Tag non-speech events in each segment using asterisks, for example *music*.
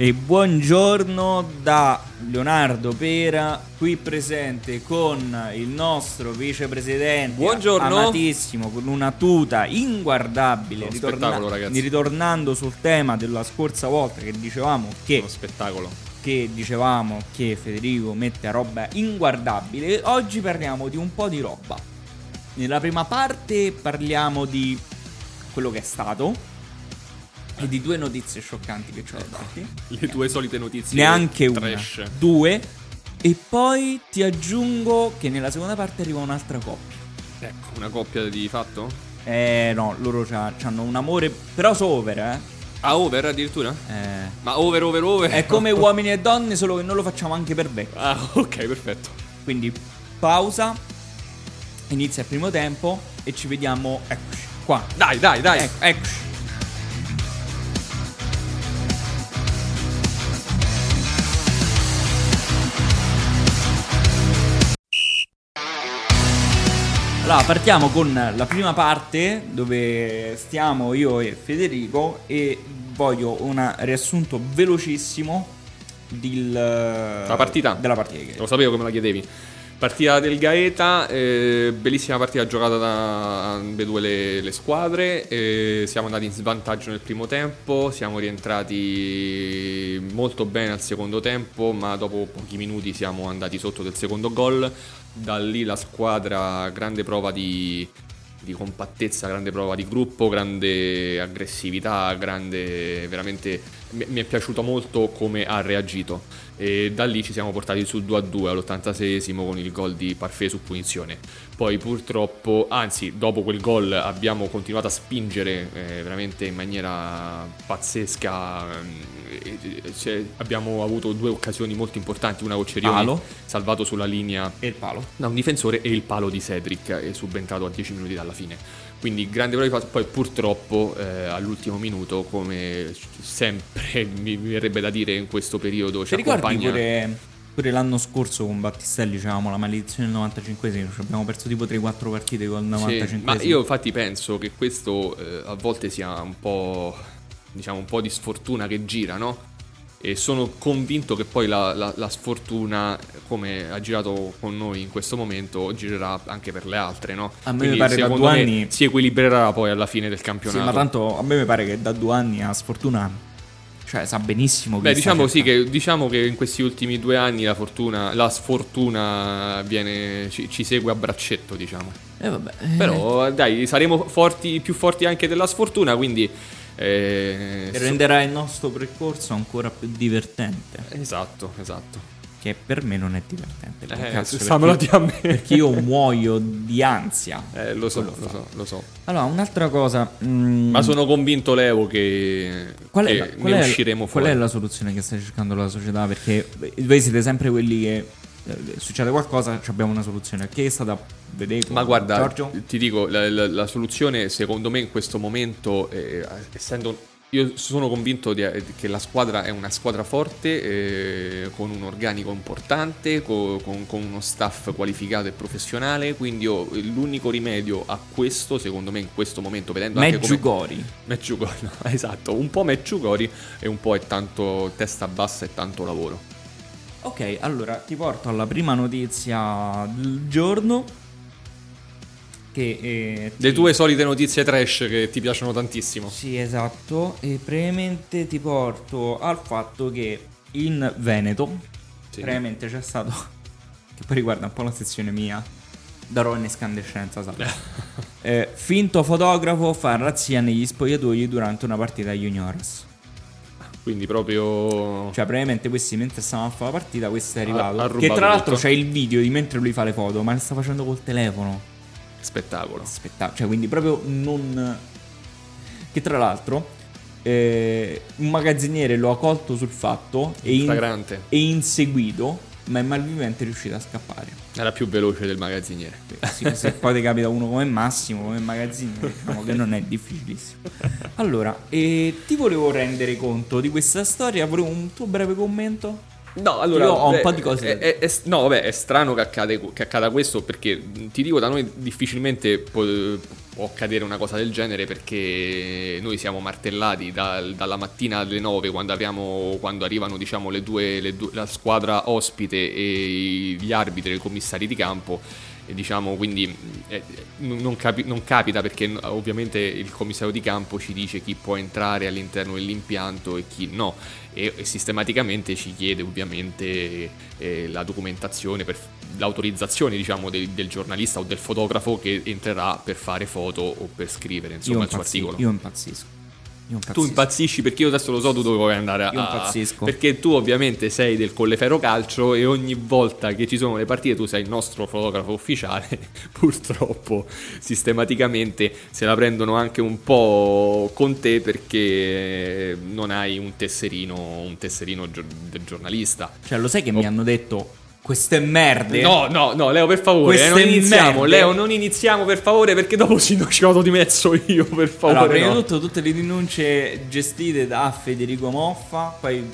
E buongiorno da Leonardo Pera, qui presente con il nostro vicepresidente Buongiorno. amatissimo, con una tuta inguardabile, Uno spettacolo, ragazzi. ritornando sul tema della scorsa volta che dicevamo che, Uno spettacolo. che dicevamo che Federico mette roba inguardabile, oggi parliamo di un po' di roba. Nella prima parte parliamo di quello che è stato e di due notizie scioccanti che ci ho dato. Eh Le tue solite notizie. Neanche una. trash. Due. E poi ti aggiungo che nella seconda parte arriva un'altra coppia. Ecco, una coppia di fatto? Eh no, loro hanno un amore però sopra, eh. Ah, over addirittura? eh. Ma over, over, over. È come uomini e donne, solo che non lo facciamo anche per me. Ah, ok, perfetto. Quindi pausa, inizia il primo tempo e ci vediamo, eccoci, qua. Dai, dai, dai. Ecco, eccoci. Allora, partiamo con la prima parte dove stiamo io e Federico e voglio un riassunto velocissimo del- La partita. della partita. che- Lo sapevo che me la chiedevi. Partita del Gaeta, eh, bellissima partita giocata da ambedue le, le squadre. eh, siamo andati in svantaggio nel primo tempo, siamo rientrati molto bene al secondo tempo, ma dopo pochi minuti siamo andati sotto del secondo gol. Da lì la squadra, grande prova di, di compattezza, grande prova di gruppo, grande aggressività, grande veramente mi mi è piaciuto molto come ha reagito e da lì ci siamo portati sul 2-2 all'86esimo con il gol di Parfait su punizione. Poi purtroppo, anzi, dopo quel gol abbiamo continuato a spingere eh, veramente in maniera pazzesca. ehm, e- e- cioè, abbiamo avuto due occasioni molto importanti, una con Cerioni Palo. salvato sulla linea E il palo. da un difensore e il palo di Cedric è subentrato a 10 minuti dalla fine. Quindi grande prova di fatto, poi purtroppo eh, all'ultimo minuto, come sempre *laughs* mi mi verrebbe da dire in questo periodo, ci Ti ricordi accompagna... pure, pure l'anno scorso con Battistelli dicevamo la maledizione del 95esimo, cioè abbiamo perso tipo 3-4 partite con il Sì, 95esimo. ma io infatti penso che questo eh, a volte sia un po', diciamo, un po' di sfortuna che gira, no? E sono convinto che poi la, la- la sfortuna, come ha girato con noi in questo momento, girerà anche per le altre, no? A me Quindi, mi pare da secondo due me, anni- si equilibrerà poi alla fine del Sì, campionato. ma tanto a me mi pare che da due anni a sfortuna cioè sa benissimo che Beh, sta diciamo sì cercando. che, diciamo che in questi ultimi due anni la fortuna, la sfortuna viene, ci, ci segue a braccetto, diciamo. Eh, vabbè. Però dai, saremo forti, più forti anche della sfortuna, quindi... eh, Eh, renderà il nostro percorso ancora più divertente, Esatto, esatto. che per me non è divertente. per Eh, cazzo, stammelo perché- di a me. Perché io muoio di ansia. Eh, lo so, lo so, lo so. Allora, un'altra cosa. mm, Ma sono convinto, Leo, che, Qual è, che la, ne qual è- usciremo qual fuori. è la soluzione che sta cercando la società? Perché eh, voi siete sempre quelli che eh, succede qualcosa, ci abbiamo una soluzione. Che è stata vedere con Ma guarda, Giorgio? ti dico, la, la- la soluzione secondo me in questo momento, eh, essendo... Io sono convinto di- eh, che la squadra è una squadra forte, eh, con un organico importante, co- con, con uno staff qualificato e professionale, quindi io- l'unico rimedio a questo, secondo me in questo momento, vedendo anche come... Meggiugori. Meggiugori, *laughs* no, esatto, un po' Meggiugori e un po' è tanto testa bassa e tanto lavoro. Ok, allora ti porto alla prima notizia del giorno. Che eh, Le ti- tue solite notizie trash che ti piacciono tantissimo. Sì, esatto. E previamente ti porto al fatto che in Veneto, Sì. previamente c'è stato, *laughs* che poi riguarda un po' la sezione mia, darò in escandescenza, salve. *laughs* Eh, finto fotografo fa razzia negli spogliatoi durante una partita juniors. Quindi proprio... Cioè, probabilmente questi mentre stavano a fare la partita, questo è arrivato. ha che rubato tra l'altro tutto. c'è il video di mentre lui fa le foto, ma le sta facendo col telefono. spettacolo. Aspetta, cioè, quindi proprio non. Che tra l'altro, eh, un magazziniere lo ha colto sul fatto e, in- Flagrante. e inseguito, ma è malvivente riuscito a scappare. Era più veloce del magazziniere. Sì, se poi ti capita uno come Massimo, come magazzino, diciamo che non è difficilissimo. Allora, eh, ti volevo rendere conto di questa storia, volevo un tuo breve commento. No, allora. Io ho un po' di cose da è- dire. è- è- no, vabbè, è strano che, accade- che accada questo perché mh, ti dico, da noi difficilmente può, può accadere una cosa del genere perché noi siamo martellati dal- dalla mattina alle 9 quando, apriamo- quando arrivano diciamo, le due, le due- la squadra ospite e gli arbitri, i commissari di campo. E diciamo quindi mh, eh, n- non, capi- non capita perché n- ovviamente il commissario di campo ci dice chi può entrare all'interno dell'impianto e chi no e, e sistematicamente ci chiede ovviamente eh, la documentazione per l'autorizzazione diciamo del, del giornalista o del fotografo che entrerà per fare foto o per scrivere insomma il suo impazzi- articolo Io impazzisco. Io impazzisco. tu impazzisci perché io adesso lo so tu dove vuoi andare a, Io impazzisco. perché tu ovviamente sei del Collefero Calcio e ogni volta che ci sono le partite tu sei il nostro fotografo ufficiale *laughs* purtroppo sistematicamente se la prendono anche un po' con te perché non hai un tesserino un tesserino gior- del giornalista Cioè, lo sai che mi hanno detto queste merde? Oh. No, no, no, Leo, per favore, Eh. Queste eh, non iniziamo, merde. Leo, non iniziamo, per favore, perché dopo ci *laughs* nocciodo di mezzo io, per favore. Allora, prima di no. tutto, tutte le denunce gestite da Federico Moffa. Poi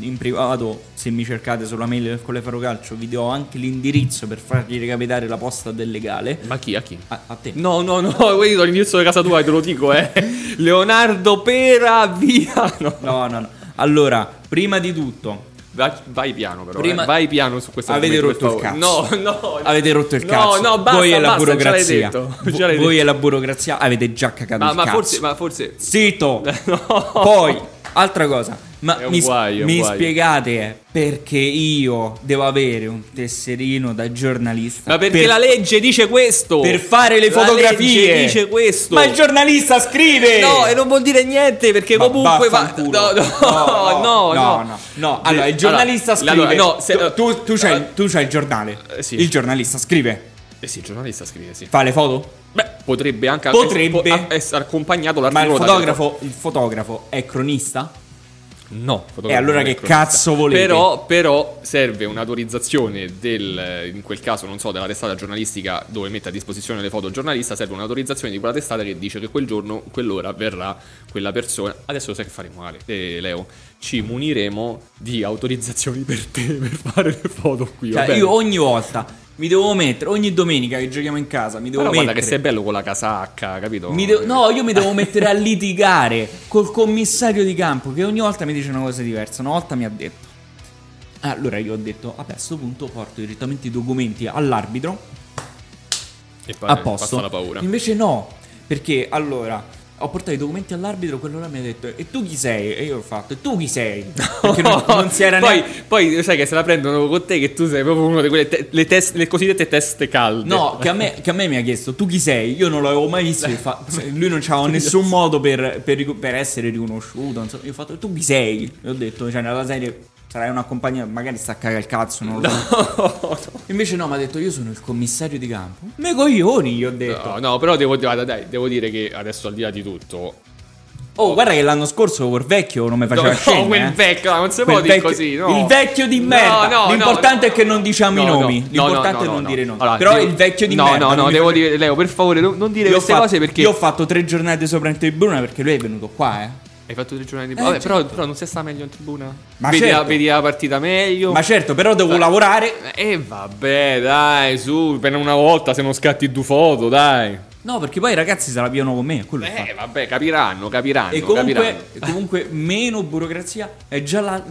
in privato, se mi cercate sulla mail del Colefaro Calcio, vi do anche l'indirizzo per fargli recapitare la posta del legale. Ma chi, a chi? A, a te. No, no, no, *laughs* quello è l'indirizzo di casa tua, te lo dico, eh. Leonardo Pera, via. *laughs* No. No, no, no. Allora, prima di tutto, Vai, vai piano, però. Prima- eh. Vai piano su questa Avete rotto il No, no. avete rotto il no, cazzo. No, basta, voi e la basta, burocrazia. già l'hai detto, Vo- già l'hai voi detto. e la burocrazia avete già cagato Ma, il ma cazzo. forse, ma forse... Zitto! *laughs* No. Poi, altra cosa, ma È un mi, s- guaio, è un mi guaio. spiegate perché io devo avere un tesserino da giornalista? Ma perché per- la legge dice questo? Per fare le La fotografie! legge dice questo. Ma il giornalista scrive! No, e non vuol dire niente perché Ma comunque va. vaffanculo. No, no, no, *laughs* no, no, no. Allora, il giornalista Allora, scrive. allora, no, se- tu, tu- tu c'hai, allora- tu c'hai il giornale. Eh, sì. Il giornalista scrive. Eh sì, il giornalista scrive, sì. Fa le foto? Beh, potrebbe anche Potrebbe. po- essere accompagnato Ma il l'articolo da- fotografo, certo. il fotografo è cronista? No, E Eh, allora che cazzo volete? Però, però serve un'autorizzazione del, in quel caso, non so, della testata giornalistica dove mette a disposizione le foto il giornalista, serve un'autorizzazione di quella testata che dice che quel giorno, quell'ora verrà quella persona. Adesso sai che faremo Ale, eh, Leo, ci muniremo di autorizzazioni per te per fare le foto qui. va Cioè, bene? io ogni volta mi devo mettere, ogni domenica che giochiamo in casa, mi devo Però guarda mettere. che eh. sei bello con la casacca, capito? mi devo- no, io mi devo mettere a litigare col commissario di campo che ogni volta mi dice una cosa diversa. Una volta mi ha detto. Allora io ho detto, vabbè, a questo punto porto direttamente i documenti all'arbitro E poi a posto. Passa la paura. Invece no, perché allora ho portato i documenti all'arbitro, quello là mi ha detto "E tu chi sei?" E io ho fatto "E tu chi sei?" Perché *laughs* non, non *laughs* si era poi, neanche poi sai che se la prendono con te che tu sei proprio uno di quelle te- le, tes- le cosiddette teste calde. *laughs* No, che a, me, che a me mi ha chiesto tu chi sei? Io non l'avevo mai visto. *laughs* fa- lui non c'aveva nessun modo per, per rico- per essere riconosciuto. insomma. io ho fatto tu chi sei? E ho detto, cioè, nella serie sarai una compagnia, magari sta a cagare il cazzo. Non lo so. Invece no, mi ha detto io sono il commissario di campo. Me coglioni, gli ho detto. No, no, però devo, guarda, dai, devo dire che adesso al di là di tutto... Oh, guarda che l'anno scorso quel vecchio non mi No, faceva scena, no, quel eh. vecchio, no, non si Quel può dire vecchio- così. no. Il vecchio di No, merda. no, no, L'importante no. è che non diciamo No, i no, nomi. no, L'importante no, è no, non no. dire nomi. Allora, Però devo- il vecchio di no, merda. No, non no, mi devo fate- dire, Leo, per favore, non, non dire Io ho queste fatto- cose perché... Io ho fatto tre giornate sopra in tribuna perché lui è venuto qua, eh. Hai fatto tre giornate di... Eh, Vabbè, certo. però, però non si sta meglio in tribuna? Ma vedi, la, certo. vedi la partita meglio? Ma certo, però devo lavorare. E Eh, vabbè, dai, su, per una volta se non scatti due foto, dai. No, perché poi i ragazzi se la piano con me. Quello è il fatto. Eh, vabbè, capiranno, capiranno, e comunque, capiranno. comunque meno burocrazia è già la.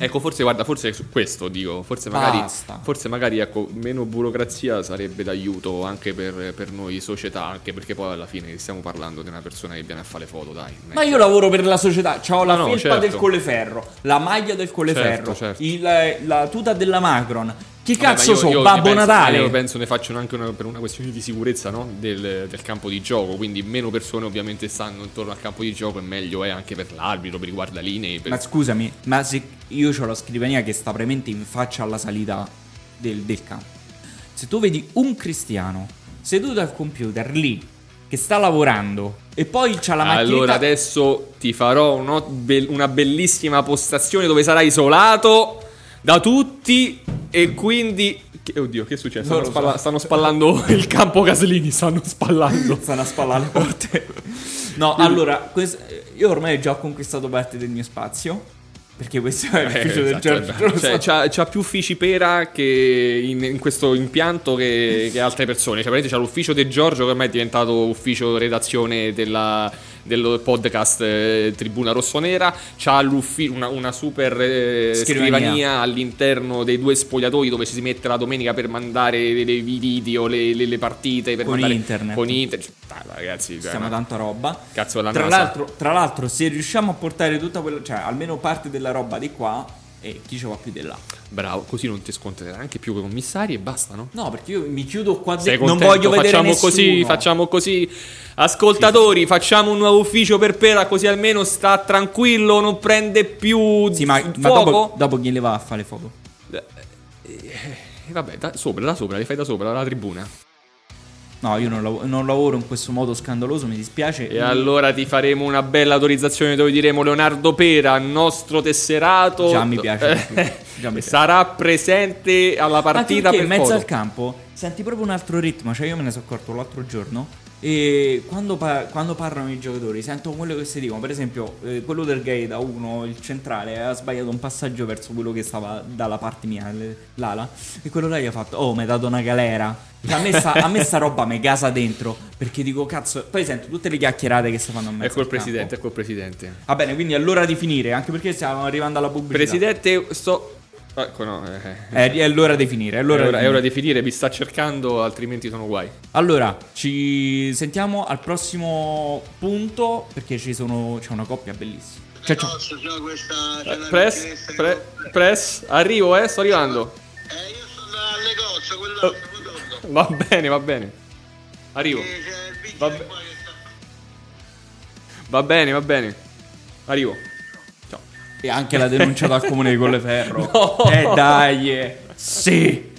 Ecco, forse, guarda, forse su questo dico, forse magari, Basta. forse magari, ecco, meno burocrazia sarebbe d'aiuto anche per, per noi società, anche perché poi alla fine stiamo parlando di una persona che viene a fare le foto, dai. non è Ma che- io lavoro per la società. C'ho la No, no, felpa certo. del Colleferro, eh, la maglia del Colleferro, Certo, certo. il- la tuta della Macron. Chi Vabbè, cazzo ma so, ne Babbo penso- Natale? Io penso ne facciano anche una- per una questione di sicurezza no? del, del campo di gioco, quindi meno persone ovviamente stanno intorno al campo di gioco e meglio è anche per l'arbitro, per i guardalinei. Per... Ma scusami, ma se io ho la scrivania che sta veramente in faccia alla salita del, del campo, se tu vedi un cristiano seduto al computer lì che sta lavorando e poi c'ha la macchinetta allora adesso ti farò uno- be- una bellissima postazione dove sarai isolato da tutti e quindi... Che, oddio, che è successo? Non lo Stanno, so. spalla- stanno spallando *laughs* il campo Caslini, stanno spallando. stanno a spallare *laughs* le porte. No, allora, quest- io ormai ho già conquistato parte del mio spazio. Perché questo è Eh, l'ufficio del esatto, Giorgio. vabbè. Cioè, Rosa. c'ha, c'ha più uffici pera che in, in questo impianto che, che altre persone. Cioè, praticamente c'ha l'ufficio di Giorgio che ormai è diventato ufficio redazione della- del podcast eh, Tribuna Rossonera. C'ha l'uffi- una, una super eh, Scrivania. scrivania. all'interno dei due spogliatoi dove ci si mette la domenica per mandare i i video, le, le- le partite. Per Con mandare- internet. Con internet. Cioè, dai, ragazzi, cioè, Siamo ma- tanta roba. Cazzo della tra NASA. l'altro, tra l'altro, se riusciamo a portare tutta quella. cioè almeno parte della roba di qua, e chi ce va più di là. bravo, così non ti scontrerai neanche più con i commissari e basta, no? No, perché io mi chiudo qua Sei dentro. Non contento? voglio vedere facciamo nessuno. così, facciamo così. Ascoltatori, facciamo un nuovo ufficio per Pera, così almeno sta tranquillo, non prende più Sì, ma, fuoco. ma dopo, dopo chi le va a fare fuoco? Eh, Vabbè, da sopra, da sopra, li fai da sopra, la tribuna. No, io non, lav- non lavoro in questo modo scandaloso, mi dispiace. E allora ti faremo una bella autorizzazione dove diremo Leonardo Pera, nostro tesserato. Già mi piace di più, Eh, già mi piace. Sarà presente alla partita Ma tu perché per in mezzo foto. al campo senti proprio un altro ritmo. Cioè, io me ne sono accorto l'altro giorno. E quando, pa- quando parlano i giocatori, sento quello che si dicono. Per esempio, eh, quello del Gaeta 1, il centrale, ha sbagliato un passaggio verso quello che stava dalla parte mia, l- l'ala. E quello là gli ha fatto: Oh, mi hai dato una galera. Cioè, A me, sta, a me sta roba mi casa dentro. Perché dico, cazzo. Poi sento tutte le chiacchierate che si fanno a mezzo. Ecco il al campo. presidente, ecco il presidente. Va bene, quindi è l'ora di finire. Anche perché stiamo arrivando alla pubblicità. Presidente, sto... Ecco, no, eh. È, è l'ora di finire. È l'ora, È ora, di è finire. ora di finire, vi sta cercando, altrimenti sono guai. Allora, ci sentiamo al prossimo punto perché ci sono, c'è una coppia bellissima. Cioè, c'è- No, c'è questa, Cioè, c'è la Press, richiesta- Eh, pre- press, arrivo, eh, sto arrivando. Eh, io sono al negozio, Oh. quell'altro, madonna. Va bene, va bene. Arrivo. Eh, C'è il vigile Vabbè. qua che sta... Va bene, va bene. Arrivo. Ciao. e anche la denuncia dal comune di Colleferro. *laughs* No. Eh dai, eh. sì,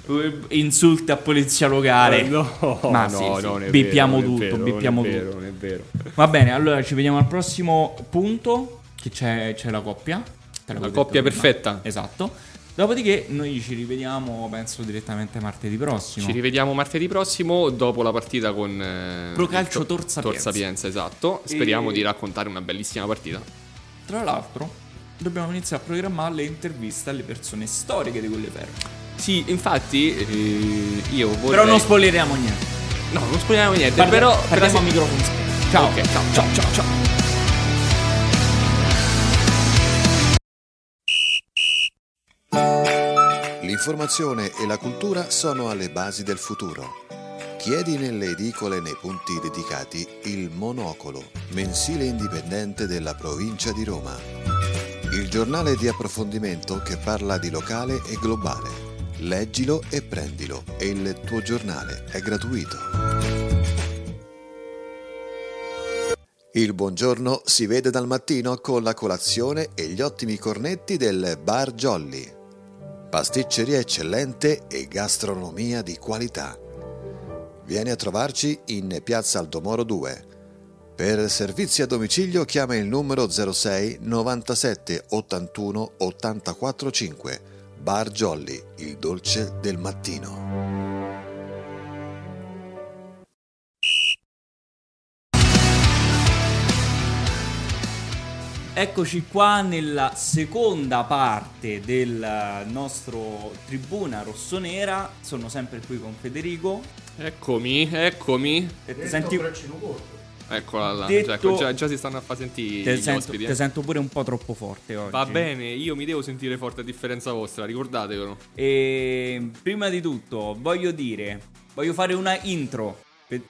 insulti a polizia locale. Ma sì, sì. non è Bippiamo vero, non è tutto, vero, bippiamo non è tutto. vero, non è vero. Va bene, allora ci vediamo al prossimo punto che c'è, c'è la coppia. Te l'avevo La detto coppia prima. perfetta. Esatto. Dopodiché noi ci rivediamo, penso, direttamente martedì prossimo. Ci rivediamo martedì prossimo dopo la partita con eh, Pro Calcio il Tor- Tor Sapienza. Tor Sapienza, esatto. Speriamo di raccontare una bellissima partita. Tra l'altro, dobbiamo iniziare a programmare le interviste alle persone storiche di Colleferro. Sì, infatti eh, io vorrei Però non spoileriamo niente. No, non spoileriamo niente, Parla- però parliamo però- a microfono spento. Ciao, Ok, ciao, ciao, ciao, ciao. L'informazione e la cultura sono alle basi del futuro. Chiedi nelle edicole e nei punti dedicati il Monocolo, mensile indipendente della provincia di Roma. Il giornale di approfondimento che parla di locale e globale. Leggilo e prendilo e il tuo giornale è gratuito. Il buongiorno si vede dal mattino con la colazione e gli ottimi cornetti del Bar Jolly. Pasticceria eccellente e gastronomia di qualità. Vieni a trovarci in Piazza Aldomoro 2. Per servizi a domicilio chiama il numero 06 97 81 84 5. Bar Jolly, il dolce del mattino. Eccoci qua nella seconda parte del nostro Tribuna Rossonera. Sono sempre qui con Federico. Eccomi, eccomi. E ti senti, Eccola là, Detto- cioè, ecco, già, già si stanno a far sentire te gli sento- ospiti. eh. te sento pure un po' troppo forte oggi. Va bene, io mi devo sentire forte a differenza vostra, ricordatevelo. E prima di tutto voglio dire, voglio fare una intro. Fe-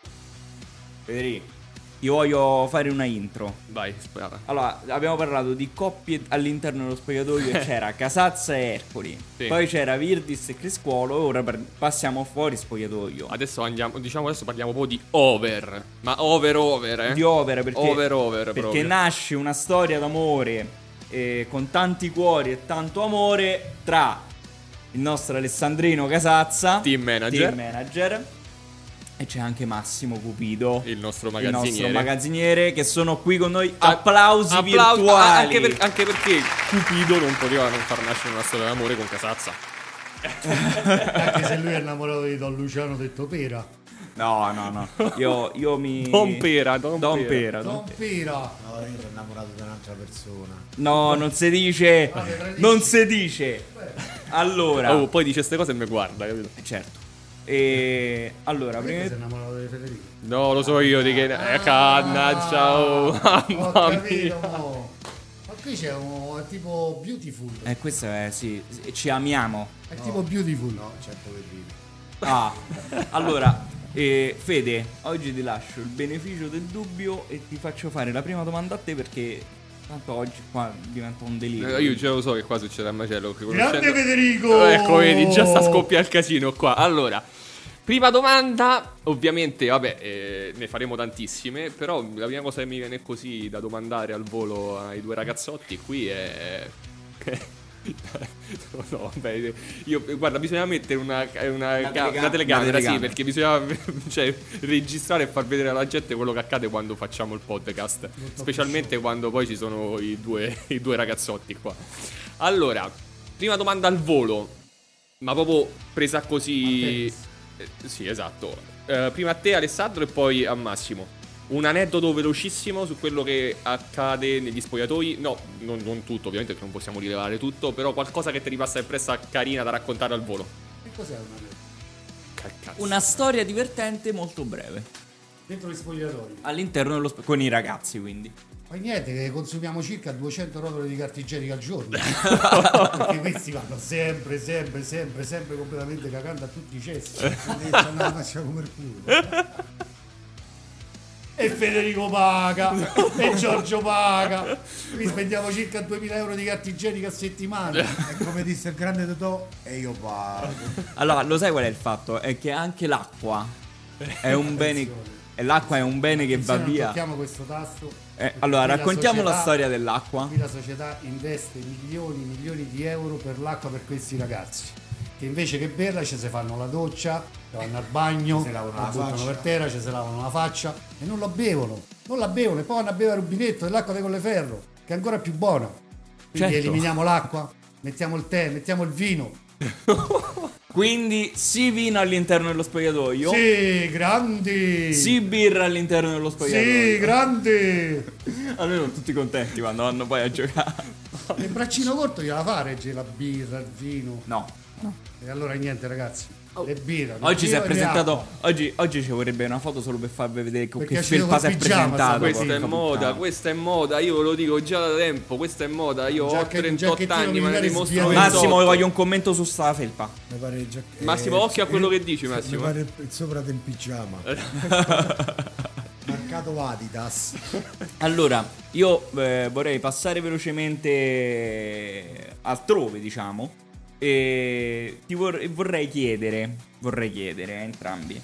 Federico, Io voglio fare una intro. Vai, spara. Allora, abbiamo parlato di coppie all'interno dello spogliatoio e c'era Casazza e Ercoli. Sì. Poi c'era Virdis e Criscuolo e ora per- passiamo fuori spogliatoio. Adesso andiamo, diciamo adesso parliamo un po' di over. Ma over over, eh? Di over perché, Over over perché proprio. nasce una storia d'amore eh, con tanti cuori e tanto amore tra il nostro Alessandrino Casazza, Team manager. team manager, e c'è anche Massimo Cupido. Il nostro il magazziniere. nostro magazziniere che sono qui con noi. Ah, Applausi, applausi- ah, virtuali. Anche, per- anche perché Cupido non poteva non far nascere una storia d'amore con Casazza. Anche se lui è innamorato di Don Luciano detto Pera. No, no, no. Io, io mi. *laughs* Don Pera, Don Don Pera. Pera, Don Don Pera. Pera. No, io sono innamorato di un'altra persona. No, non si dice. Ah, mi tradisci. Non si dice. Allora. Oh, poi dice queste cose e mi guarda, capito? Certo. E allora, Perché prima sei innamorato di Federico? No, lo so io di che. Eh, cannaggia, oh, Ah. Ho mamma mia. capito, mo. Ma qui c'è un è tipo beautiful. Eh, questo è sì, sì, ci amiamo. È tipo beautiful. No, c'è poverino. *laughs* Ah, allora, eh, Fede, oggi ti lascio il beneficio del dubbio e ti faccio fare la prima domanda a te perché tanto oggi qua diventa un delirio. Eh, Io già lo so che qua succede a macello. che Grande conoscendo- Federico! Ecco, vedi, già sta scoppia il casino qua. Allora, prima domanda, ovviamente, vabbè, eh, ne faremo tantissime, però la prima cosa che mi viene così da domandare al volo ai due ragazzotti qui è... *laughs* No, no, vabbè, io, guarda, bisogna mettere una, una, Una ca- telecam- una telecamera, una sì, telecamera. perché bisogna *laughs* cioè, registrare e far vedere alla gente quello che accade quando facciamo il podcast, specialmente quando poi ci sono i due, *laughs* i due ragazzotti qua. Allora, prima domanda al volo, ma proprio presa così. Eh, sì, esatto. Eh, prima a te, Alessandro, e poi a Massimo. Un aneddoto velocissimo su quello che accade negli spogliatoi. No, non, non tutto, ovviamente, perché non possiamo rilevare tutto. Però qualcosa che ti ripassa impressa carina da raccontare al volo. Che cos'è una rete? Ca- cazzo. Una storia divertente molto breve. Dentro gli spogliatoi. All'interno dello sp- con i ragazzi, quindi. Ma niente, che consumiamo circa 200 rotole di carta igienica al giorno. Perché questi vanno sempre, sempre, sempre, sempre completamente cagando a tutti i cessi. Quindi c'hanno la faccia come il culo. E Federico paga, e Giorgio paga. Qui spendiamo circa 2000 euro di carta igienica a settimana. E come disse il grande Totò, e io pago. Allora, lo sai qual è il fatto? È che anche l'acqua è un bene. E l'acqua è un bene che va Se non via. tocchiamo questo tasto. Eh, allora, qui la raccontiamo la società- storia dell'acqua. Qui la società investe milioni e milioni di euro per l'acqua per questi ragazzi. Che invece che berla ci si fanno la doccia, ci vanno al bagno, la buttano per terra, ci si lavano la faccia e non la bevono. Non la bevono e poi vanno a bere il rubinetto dell'acqua di Colleferro, che è ancora più buona. Quindi Certo. eliminiamo l'acqua, mettiamo il tè, mettiamo il vino. Quindi si vino all'interno dello spogliatoio. Sì, grandi! Si birra all'interno dello Sì, spogliatoio. grandi! Almeno tutti contenti quando vanno poi a giocare. Il braccino corto gliela fa regge la birra, il vino. No. E allora niente ragazzi, le birra. non Oggi si è birra, presentato. acqua. Oggi, oggi ci vorrebbe una foto solo per farvi vedere con Perché che ci devo felpa si è col pigiama, presentato. sta Questa porca è moda, puttana. questa è moda, io ve lo dico già da tempo, questa è moda, io Un ho giacche- un 38 giacchettino anni, ma ne militare dimostro sbiadito. 28. Massimo, voglio un commento su sta felpa. Mi pare già che- Massimo, eh, occhio a quello eh, che dici, Massimo. Mi pare il sopra del pigiama. *laughs* Marcato Adidas. Allora, io eh, vorrei passare velocemente altrove, diciamo. E ti vor- vorrei chiedere, vorrei chiedere a entrambi,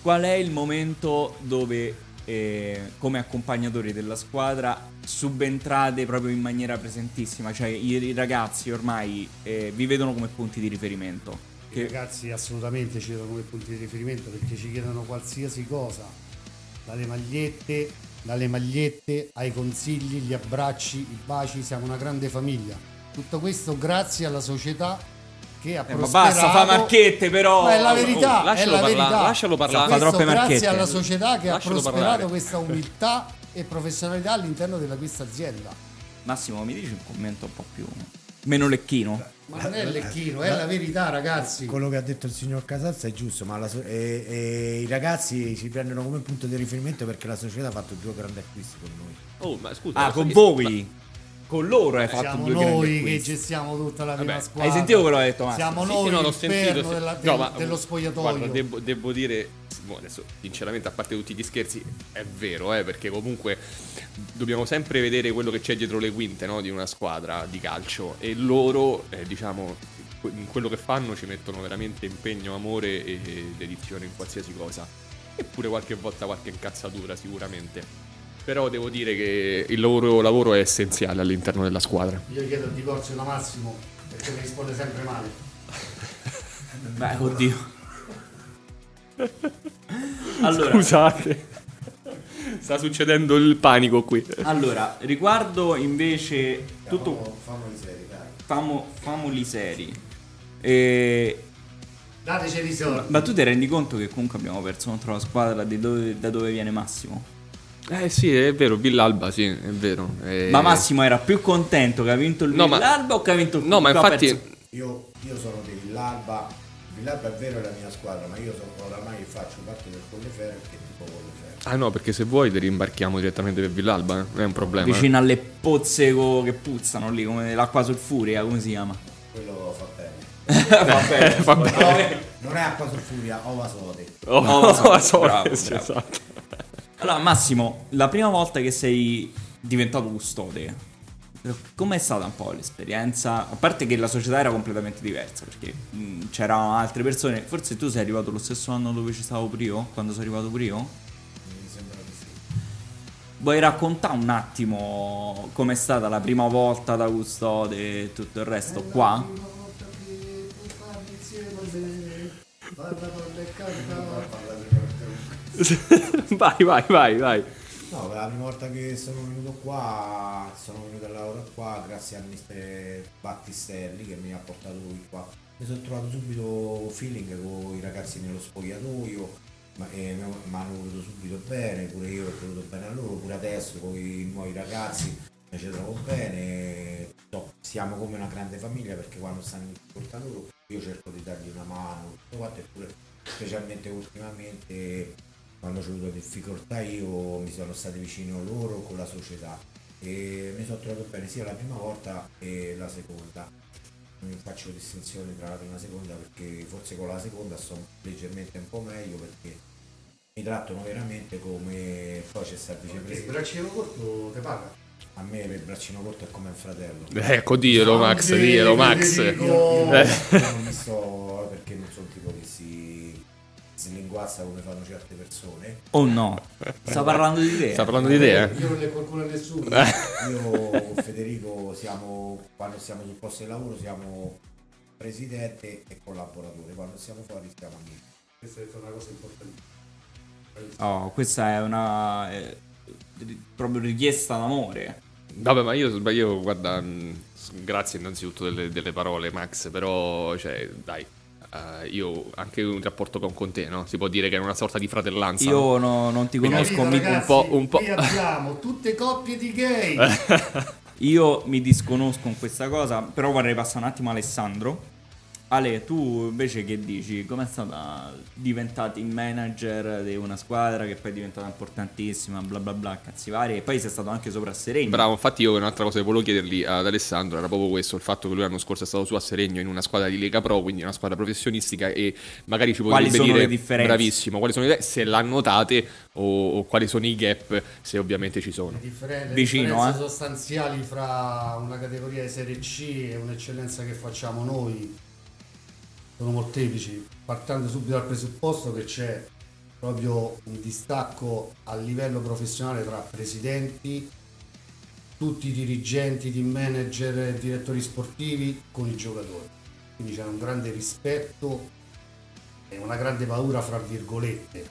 qual è il momento dove eh, come accompagnatori della squadra subentrate proprio in maniera presentissima? Cioè i, i ragazzi ormai eh, vi vedono come punti di riferimento. I Che- ragazzi assolutamente ci vedono come punti di riferimento perché ci chiedono qualsiasi cosa, dalle magliette, dalle magliette ai consigli, gli abbracci, i baci, siamo una grande famiglia. Tutto questo grazie alla società che ha Eh, ma prosperato. basta, fa marchette, però. Ma è la Oh, verità, è lascialo la parlare, verità. Cioè, lascialo parlare. Questo Fa troppe marchette. Grazie alla società che Lascialo ha prosperato parlare. questa umiltà e professionalità all'interno della questa azienda. Massimo, mi dici un commento un po' più meno lecchino? Ma non è il lecchino, è la verità, ragazzi. Quello che ha detto il signor Casazza è giusto, ma la so- e- e i ragazzi si prendono come punto di riferimento perché la società ha fatto due grandi acquisti con noi. Oh, ma scusa. Ah, ma con sai- voi. ma- con loro hai fatto Siamo due grandi noi che acquisti. gestiamo tutta la prima Vabbè, hai squadra. sentito quello che ha detto Massimo? Siamo Sì, noi sì, no, l'ho sentito, l'inferno sì. della- del- No, ma, dello Guarda, spogliatoio. devo, devo dire, boh, adesso sinceramente a parte tutti gli scherzi, è vero, eh, perché comunque dobbiamo sempre vedere quello che c'è dietro le quinte no, di una squadra di calcio e loro, eh, diciamo, que- in quello che fanno ci mettono veramente impegno, amore e, e dedizione in qualsiasi cosa. Eppure qualche volta qualche incazzatura sicuramente. Però devo dire che il loro lavoro è essenziale all'interno della squadra. Io chiedo il divorzio da Massimo perché mi risponde sempre male. Beh, oddio. allora, Scusate. Sta succedendo il panico qui. allora, riguardo invece tutto Famolo- famolo in serie, dai. famo, famoli seri. Eh, Dateci i risorti. ma tu ti rendi conto che comunque abbiamo perso contro la squadra di dove- da dove viene Massimo? Eh sì, è vero, Villalba, sì, è vero. Eh, Ma Massimo era più contento che ha vinto il No, ma- Villalba o che ha vinto il No, ma che ha infatti perso- Io, io sono di Villalba, Villalba è vero è la mia squadra, ma io sono, oramai faccio parte del Colleferro perché tipo Colleferro. Ah no, perché se vuoi ti rimbarchiamo direttamente per Villalba, eh, non è un problema. eh. vicino alle pozze co- che puzzano lì, come l'acqua sul furia, come si chiama? Quello fa bene. *laughs* *laughs* Vabbè, Eh, vabbè. Non è acqua sul furia, ova sode. Oh, No, so- so- bravo, sì, bravo. esatto. Allora, Massimo, la prima volta che sei diventato custode, com'è stata un po' l'esperienza? A parte che la società era completamente diversa, perché mh, c'erano altre persone. Forse tu sei arrivato lo stesso anno dove ci stavo Prio, quando sono arrivato Prio? Mi sembra di sì. Vuoi raccontare un attimo com'è stata la prima volta da custode e tutto il resto Eh, qua? vai, vai, vai, vai. No, la prima volta che sono venuto qua, sono venuto a lavorare qua grazie al mister Battistelli che mi ha portato qui qua. Mi sono trovato subito feeling con i ragazzi nello spogliatoio, ma eh, mi mi hanno voluto subito bene, pure io ho voluto bene a loro, pure adesso con i nuovi ragazzi mi ci trovo bene. No, siamo come una grande famiglia perché quando stanno in difficoltà loro io cerco di dargli una mano, tutto quanto, eppure specialmente ultimamente quando ho avuto difficoltà io mi sono stato vicino loro con la società e mi sono trovato bene sia la prima volta che la seconda non faccio distinzione tra la prima e la seconda perché forse con la seconda sto leggermente un po' meglio perché mi trattano veramente come poi c'è stato il Il vicepresidente braccino corto te paga. a me per il braccino corto è come un fratello Ecco, dillo Max, dillo Max. Federico. io, Eh. io non mi sto perché non sono tipo che si slinguazza come fanno certe persone Oh *laughs* no, sta parlando di te. Sta parlando di te, eh. Io non ne qualcuno a nessuno. Io con Federico siamo, quando siamo sul posto di lavoro siamo presidente e collaboratore, quando siamo fuori siamo amici. Questa è una cosa importante. Oh, questa è una eh, ri- proprio richiesta d'amore. Vabbè, ma io, sbaglio, guarda, mh, s- grazie innanzitutto delle, delle parole Max, però, cioè, dai, eh, io anche un rapporto con, con te, no? Si può dire che è una sorta di fratellanza. no? Io no- non ti Quindi- conosco, Capito, mi- un po', un po'. Qui abbiamo tutte coppie di gay. *laughs* io mi disconosco in questa cosa, però vorrei passare un attimo a Alessandro. Ale, tu invece che dici? Com'è stata diventata il manager di una squadra che poi è diventata importantissima, bla bla bla, cazzi vari, e poi sei stato anche sopra Seregno. Bravo, infatti io un'altra cosa che volevo chiedergli ad Alessandro era proprio questo, il fatto che lui l'anno scorso è stato su a Seregno in una squadra di Lega Pro, quindi una squadra professionistica e magari ci Quali potrebbe sono dire le differenze? bravissimo, quali sono le se l'ha notate o, o quali sono i gap, se ovviamente ci sono. Le differen- le Vicino, differenze eh. sostanziali fra una categoria di serie C e un'eccellenza che facciamo noi sono molteplici, partendo subito dal presupposto che c'è proprio un distacco a livello professionale tra presidenti, tutti i dirigenti, team manager e direttori sportivi con i giocatori. Quindi c'è un grande rispetto e una grande paura, fra virgolette,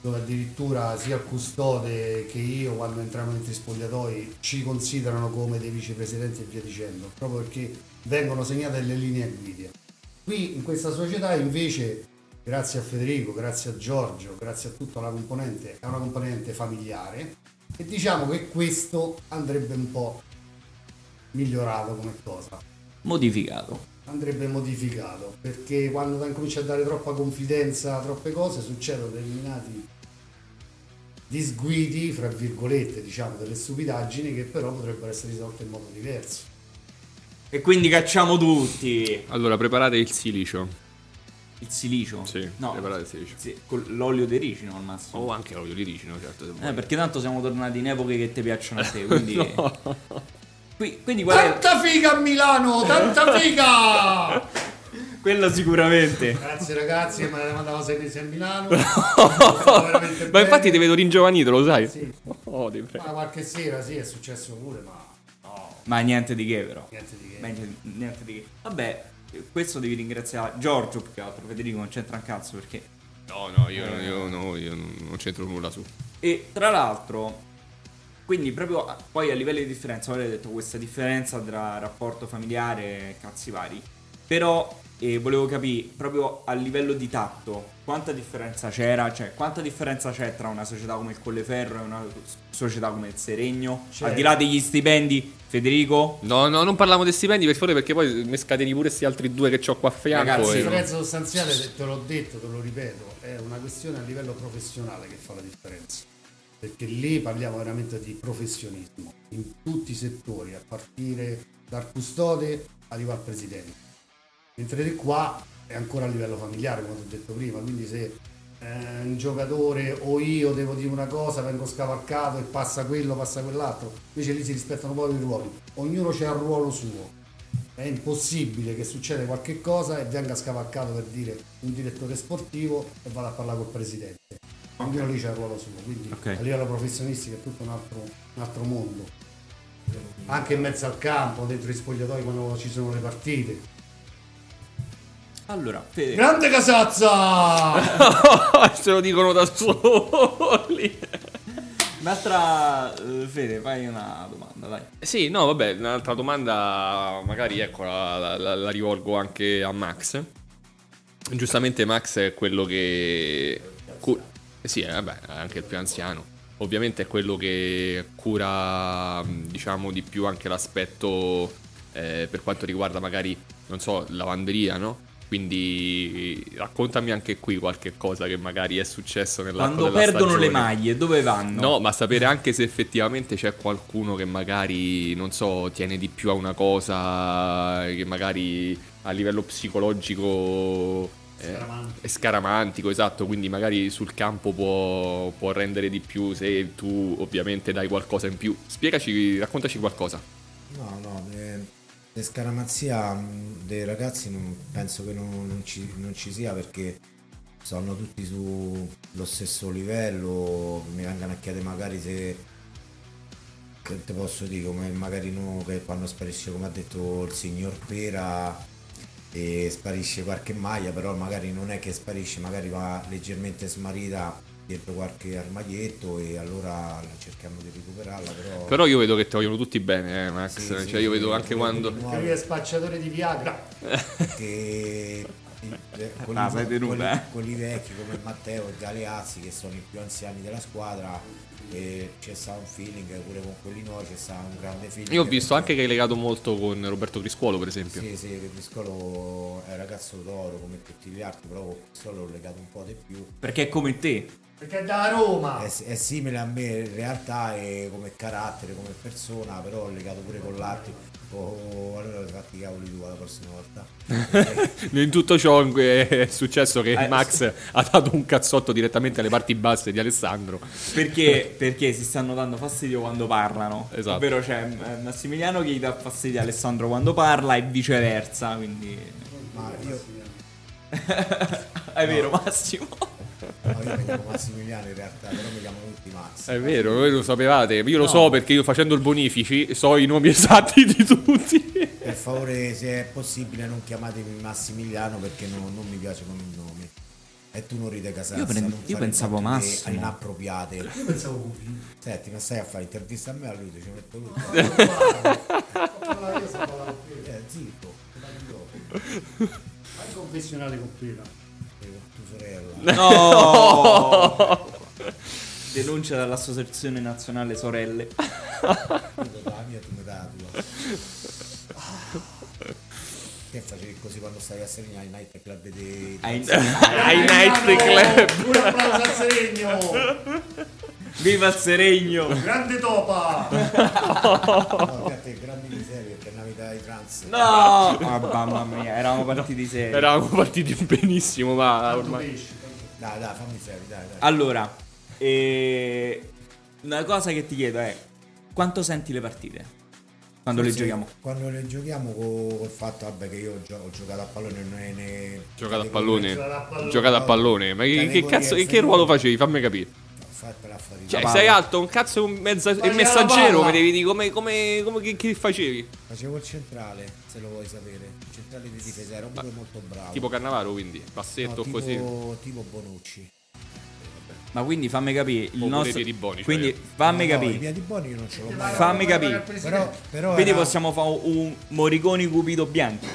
dove addirittura sia il custode che io quando entriamo dentro i spogliatoi ci considerano come dei vicepresidenti e via dicendo, proprio perché vengono segnate le linee guida. Qui in questa società invece, grazie a Federico, grazie a Giorgio, grazie a tutta la componente, è una componente familiare e diciamo che questo andrebbe un po' migliorato come cosa Modificato. andrebbe modificato perché quando incomincia a dare troppa confidenza a troppe cose succedono determinati disguidi, fra virgolette, diciamo, delle stupidaggini che però potrebbero essere risolte in modo diverso. E quindi cacciamo tutti. Allora, preparate il silicio. Il silicio. Sì, no. preparate il silicio. Sì, con l'olio di ricino al massimo. O Oh, anche l'olio di ricino, certo. se Eh, vuoi. perché tanto siamo tornati in epoche che ti piacciono a *laughs* te, quindi... Qui- quindi qual è- Tanta figa a Milano, tanta figa! Quello sicuramente. *laughs* Grazie ragazzi che mi avete mandato sei mesi a *laughs* Milano. Ma infatti ti vedo ringiovanito, lo sai? Oh, ti prego. Ma qualche sera sì, è successo pure, ma Ma niente di che però. niente di che. Beh, niente- niente di che. Vabbè, eh, questo devi ringraziare Giorgio più che altro, Federico non c'entra un cazzo perché... No, no, io, io, no, io non c'entro nulla su. E tra l'altro, quindi proprio a- poi a livello di differenza, voi avete detto questa differenza tra rapporto familiare e cazzi vari, però eh, volevo capire proprio a livello di tatto quanta differenza c'era, cioè quanta differenza c'è tra una società come il Colleferro e una s- società come il Seregno, C'è. al di là degli stipendi, Federico? No, no, non parliamo dei stipendi per favore perché poi mi scateni pure questi altri due che ho qua a fianco. eh. La Ragazzi, e *laughs* non- differenza sostanziale, te- te l'ho detto, te lo ripeto, è una questione a livello professionale che fa la differenza. Perché lì parliamo veramente di professionismo, in tutti i settori, a partire dal custode arriva al presidente. Mentre di qua è ancora a livello familiare, come ti ho detto prima, quindi se eh, un giocatore o io devo dire una cosa, vengo scavalcato e passa quello, passa quell'altro, invece lì si rispettano proprio i ruoli, ognuno c'è il ruolo suo. È impossibile che succeda qualche cosa e venga scavalcato per dire un direttore sportivo e vada a parlare col presidente. Ognuno lì c'è il ruolo suo, quindi Ok. a livello professionistico è tutto un altro, un altro mondo. Anche in mezzo al campo, dentro gli spogliatoi quando ci sono le partite. Allora, Fede, Grande Casazza! Se lo dicono da soli. un'altra... eh, Fede, fai una domanda, dai. Sì, no, vabbè, un'altra domanda, magari ecco, la, la- la- la rivolgo anche a Max. Giustamente Max è quello che... cu- sì, eh, vabbè, è anche il più anziano. Ovviamente è quello che cura, mh, diciamo, di più anche l'aspetto eh, per quanto riguarda magari, non so, lavanderia, no? Quindi raccontami anche qui qualche cosa che magari è successo nell'arco Quando della perdono le stagione. maglie, dove vanno? No, ma sapere anche se effettivamente c'è qualcuno che magari, non so, tiene di più a una cosa che magari a livello psicologico eh, Scaramantico. è scaramantico, esatto, quindi magari sul campo può, può rendere di più se tu ovviamente dai qualcosa in più. Spiegaci, raccontaci qualcosa. No, no, de, de scaramazia mh, dei ragazzi non, penso che non, non ci, non ci sia perché sono tutti sullo stesso livello, mi vengono a chiedere magari se, se te posso dire come magari no, che quando sparisce come ha detto il signor Pera e sparisce qualche maglia, però magari non è che sparisce, magari va leggermente smarrita dentro qualche armadietto e allora la cerchiamo di recuperarla, però... Però io vedo che ti vogliono tutti bene, eh, Max. Sì, cioè, sì, io sì, vedo sì, anche sì, quando. sì. Che lui è spacciatore di Viagra. *laughs* che eh, quelli, Ah, sei tenuto, quelli- eh. quelli vecchi come Matteo e Galeazzi che sono i più anziani della squadra e c'è stato un feeling pure con quelli nuovi c'è stato un grande feeling Io ho visto anche perché- che hai legato molto con Roberto Criscuolo, per esempio. sì, sì, che Piscolo è un ragazzo d'oro come tutti gli altri, però con Piscolo l'ho legato un po' di più. Perché è come te. Perché è da Roma. Eh È, *laughs* è simile a me in realtà e come carattere, come persona, però ho legato pure con l'altro. Oh, allora fatti i cavoli tua la prossima *laughs* volta. In tutto ciò è successo che Eh, Max ha dato un cazzotto direttamente alle parti basse di Alessandro. *laughs* Perché, perché si stanno dando fastidio quando parlano. Esatto. Ovvero c'è eh, Massimiliano che gli dà fastidio a Alessandro quando parla e viceversa. Quindi. *laughs* Ma io, È vero, *laughs* Massimo. no, io mi chiamo Massimiliano in realtà, però mi chiamano tutti Max. È vero, voi lo sapevate. Io lo No. so perché io facendo il bonifici so i nomi *laughs* esatti di tutti. Per favore, se è possibile, non chiamatemi Massimiliano perché no- non mi piace come nome. E tu non ride casazza. Io prendo- non io fare pensavo battute Massimo. Inappropriate. Io pensavo Pupi. Senti, ma stai a fare intervista a me a lui, ti ci *laughs* metto lui. Io stavo parlando con Pera. Eh, zitto, ti parli dopo. Fai il confessionale con Pera. Eh, con Tua *laughs* sorella. No! *laughs* Denuncia dall'Associazione Nazionale *laughs* Sorelle. Io do la mia, tu mi dai la tua. Te facevi così quando stavi a Serena ai night club dei... Ai- Ai night club. Un applauso al Seregno. Viva il Seregno! Grande topa! No, te, te, grandi miserie che navigai trans. *laughs* No! Ah, Mamma mia, eravamo partiti seri. Eravamo partiti benissimo, ma ormai. Pesci, tanto- Dai, dai, fammi serio, dai, dai. Allora, eh, una cosa che ti chiedo è quanto senti le partite quando le Sì, giochiamo? Quando le giochiamo co- col fatto vabbè, che io gio- ho giocato a pallone non è ne... Giocata a Giocata a pallone. pallone. Giocata a pallone. Ma che, che Categoria cazzo, che inferiore. ruolo facevi? Fammi capire. Fatto la fatica. Cioè, La sei palla. alto, un cazzo e un mezza- e Faceva la messaggero, palla. mi devi dire come, come, come che, che facevi? Facevo il centrale, se lo vuoi sapere. Il centrale di difesa era pure molto bravo. Tipo Cannavaro, quindi, bassetto Ah. No, tipo- così. Tipo Bonucci. Ma quindi fammi capire il Oppure nostro... i piedi buoni, cioè. quindi fammi No, I capire. piedi buoni io non ce l'ho mai. Fammi capire. Però, però Quindi era possiamo fare un Morriconi Cupido Bianco.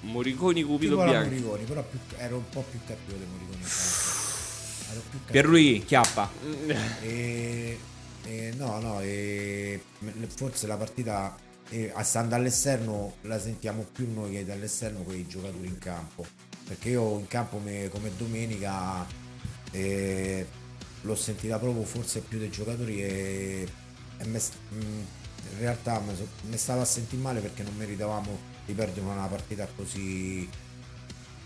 Morriconi, Cupido tipo la Bianco. Morriconi, però più, ero un po' più cattivo dei *sighs* Morriconi. infatti. Ero più cattivo. Per lui chiappa. E, e no, no, e forse la partita eh, a stando all'esterno la sentiamo più noi che dall'esterno con i giocatori in campo. Perché io in campo me- come domenica eh, l'ho sentita proprio forse più dei giocatori e, e me- mh, in realtà mi so- mi stava a sentire male perché non meritavamo di perdere una partita così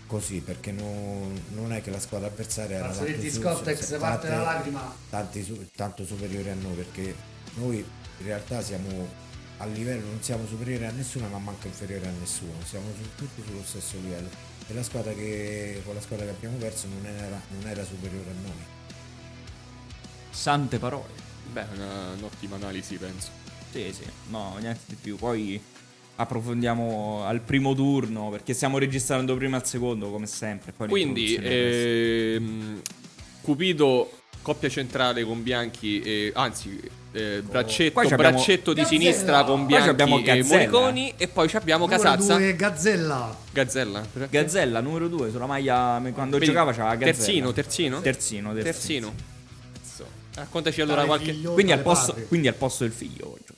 così perché non, non è che la squadra avversaria era Mazzoletti tanto cioè, su- Scott, ex tante- parte la lacrima. tanti su- tanto superiori a noi perché noi in realtà siamo a livello non siamo superiori a nessuno ma manco inferiori a nessuno siamo su- tutti sullo stesso livello e la squadra che con la squadra che abbiamo perso non era, non era superiore a noi Sante parole. Beh, una- un'ottima analisi, penso. Sì, sì. No, niente di più. Poi approfondiamo al primo turno perché stiamo registrando prima e al secondo come sempre. Poi Quindi, l'introduzione è ehm, Cupido, coppia centrale con Bianchi, e, anzi, eh, braccetto, Qua ci abbiamo- braccetto di Gazzella! sinistra con Qua ci abbiamo Bianchi e Gazzella. Morriconi. E poi ci abbiamo Numero Casazza. due, Gazzella. Gazzella. questa. Gazzella numero 2 sulla maglia quando Quindi, giocava c'era Gazzella. Terzino, terzino? Terzino, terzino. Terzino. Cazzo. Raccontaci allora Dai, qualche. figlio, Quindi al, dalle posto, parti. quindi al posto del figlio. gioca.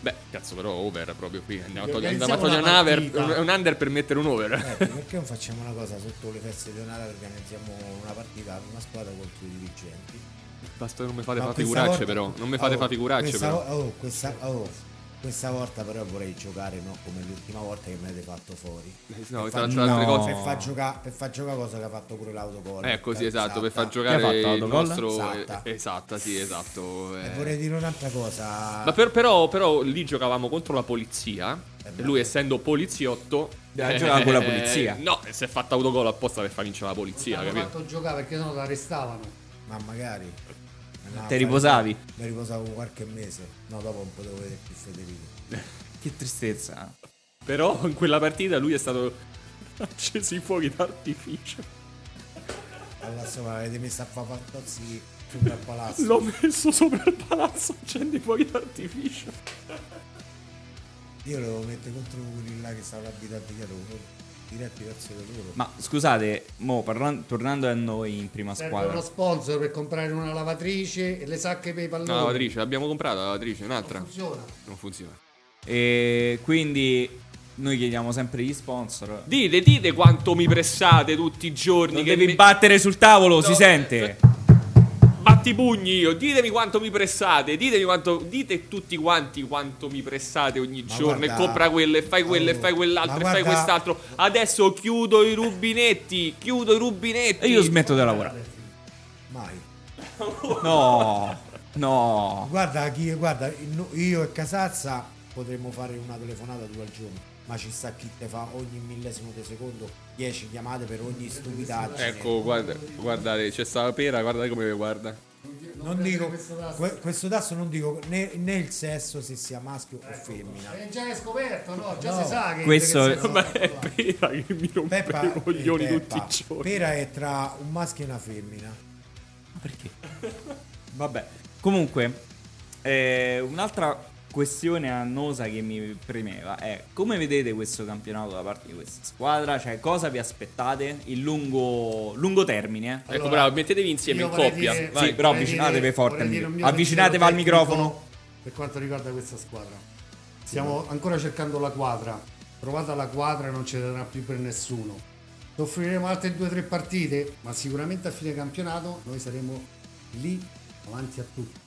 Beh, cazzo, però over proprio qui. Andiamo a togliere Organizziamo andiamo a togliere una un, partita. over- un under per mettere un over. Ecco, perché non facciamo una cosa sotto le feste di Natale organizziamo una partita con una squadra contro i dirigenti *laughs* Basta che non mi fate Ma fa questa figuracce, volta- però. Non mi fate Oh, fa figuracce, questa però. vo- oh, questa, oh, questa volta però vorrei giocare no, come l'ultima volta che mi avete fatto fuori Eh, No, Per tra, far- tra le altre no. cose. per far giocare per far giocare cosa che ha fatto pure l'autogol Ecco, sì, Eh, esatto, per far salta. giocare Chi ha fatto il l'autogol? nostro... Satta. eh, Esatto, sì, esatto. eh. E vorrei dire un'altra cosa Ma per- però, però lì giocavamo contro la polizia. Eh, e lui, essendo poliziotto... Eh, Eh, giocava con la polizia. No, e si è fatta autogol apposta per far vincere la polizia, Hanno capito? fatto giocare perché sennò la arrestavano. ma magari no, Te riposavi? mi riposavo qualche mese no dopo non potevo vedere più Federico Che tristezza. Però in quella partita lui è stato... Accesi i fuochi d'artificio. allora insomma l'avete messo a fare pattozzi sopra al palazzo L'ho messo sopra il palazzo, accendi i fuochi d'artificio. io lo devo mettere contro quelli là che stavano abitati dietro diretti verso di loro Ma scusate, mo, parlan- tornando a noi in prima Serve squadra. Certo, uno sponsor per comprare una lavatrice e le sacche per i palloni. No, la lavatrice, l'abbiamo comprata, la lavatrice, un'altra. Non funziona. Non funziona. E quindi noi chiediamo sempre gli sponsor. Dite, dite quanto mi pressate tutti i giorni. Non che devi mi- battere sul tavolo, si No, sente. Batti i pugni io, ditemi quanto mi pressate, ditemi quanto, dite tutti quanti quanto mi pressate ogni Ma giorno e guarda- compra quello e fai quello e Oh, fai quell'altro ma e fai guarda- quest'altro. Adesso chiudo i rubinetti, chiudo i rubinetti. E io smetto di lavorare. mai No, no. Guarda, chi, guarda, no- io e Casazza potremmo fare una telefonata due al giorno, ma ci sta chi te fa ogni millesimo di secondo 10 chiamate per ogni stupidaggine. Ecco, guarda- guardate, c'è sta la pera, guardate come guarda. non dico, questo tasto. questo tasto non dico né, né il sesso se sia maschio o femmina. È Eh, già è scoperto, no? Già No. si sa che... Questo che è- sono- *laughs* Ma è pera che mi rompe Peppa, i coglioni eh, tutti Peppa, i giorni. Pera è tra un maschio e una femmina. Perché? Vabbè. Comunque, eh, un'altra questione annosa che mi premeva è come vedete questo campionato da parte di questa squadra? Cioè, cosa vi aspettate in lungo, lungo termine? eh? Ecco, Allora, bravo, mettetevi insieme io in vorrei coppia. dire- vai. Sì, però vorrei avvicinatevi dire- forte al vorrei dire un micro- mio avvicinatevi al pensiero microfono. tecnico Per quanto riguarda questa squadra, stiamo ancora cercando la quadra. Trovata la quadra non ce ne darà più per nessuno. Offriremo altre due o tre partite, ma sicuramente a fine campionato noi saremo lì davanti a tutti.